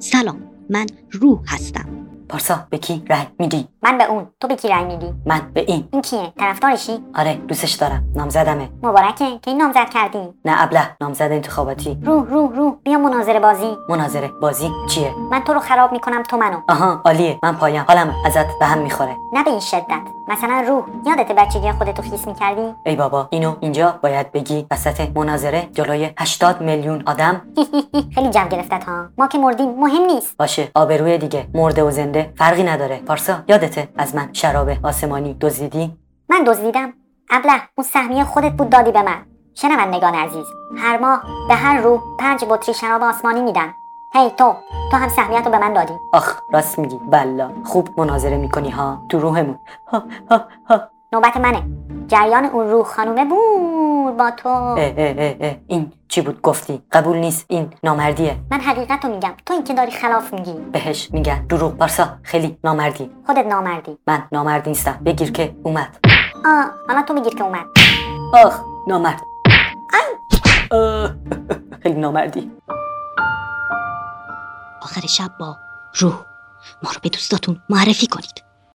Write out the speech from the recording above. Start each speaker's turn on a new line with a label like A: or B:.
A: سلام من روح هستم
B: پارسا به کی رأی میدی
C: من به اون تو به کی رأی میدی
B: من به این
C: این کیه طرفدارشی
B: آره دوستش دارم نامزدمه
C: مبارکه که این نامزد کردی
B: نه ابله نامزد انتخاباتی
C: روح روح روح بیا مناظره بازی
B: مناظره بازی چیه
C: من تو رو خراب میکنم تو منو
B: آها عالیه من پایم حالم ازت به هم میخوره
C: نه به این شدت مثلا روح یادت بچگی خودتو خیس میکردی
B: ای بابا اینو اینجا باید بگی وسط مناظره جلوی 80 میلیون آدم
C: خیلی جو گرفتت ها ما که مردیم مهم نیست
B: باشه آبروی دیگه مرده و زنده فرقی نداره پارسا یادته از من شراب آسمانی دزدیدی
C: من دزدیدم ابله اون سهمیه خودت بود دادی به من شنوندگان عزیز هر ماه به هر روح پنج بطری شراب آسمانی میدن هی تو تو هم سهمیت رو به من دادی
B: آخ راست میگی بلا خوب مناظره میکنی ها تو روحمون ها ها ها
C: نوبت منه جریان اون روح خانومه بود با تو
B: اه اه اه اه. این چی بود گفتی قبول نیست این نامردیه
C: من حقیقت رو میگم تو این که داری خلاف میگی
B: بهش میگن دروغ پارسا خیلی نامردی
C: خودت نامردی
B: من نامرد نیستم بگیر که اومد
C: آه حالا تو بگیر که اومد
B: آخ نامرد آه، خیلی نامردی
A: آخر شب با روح ما رو به دوستاتون معرفی کنید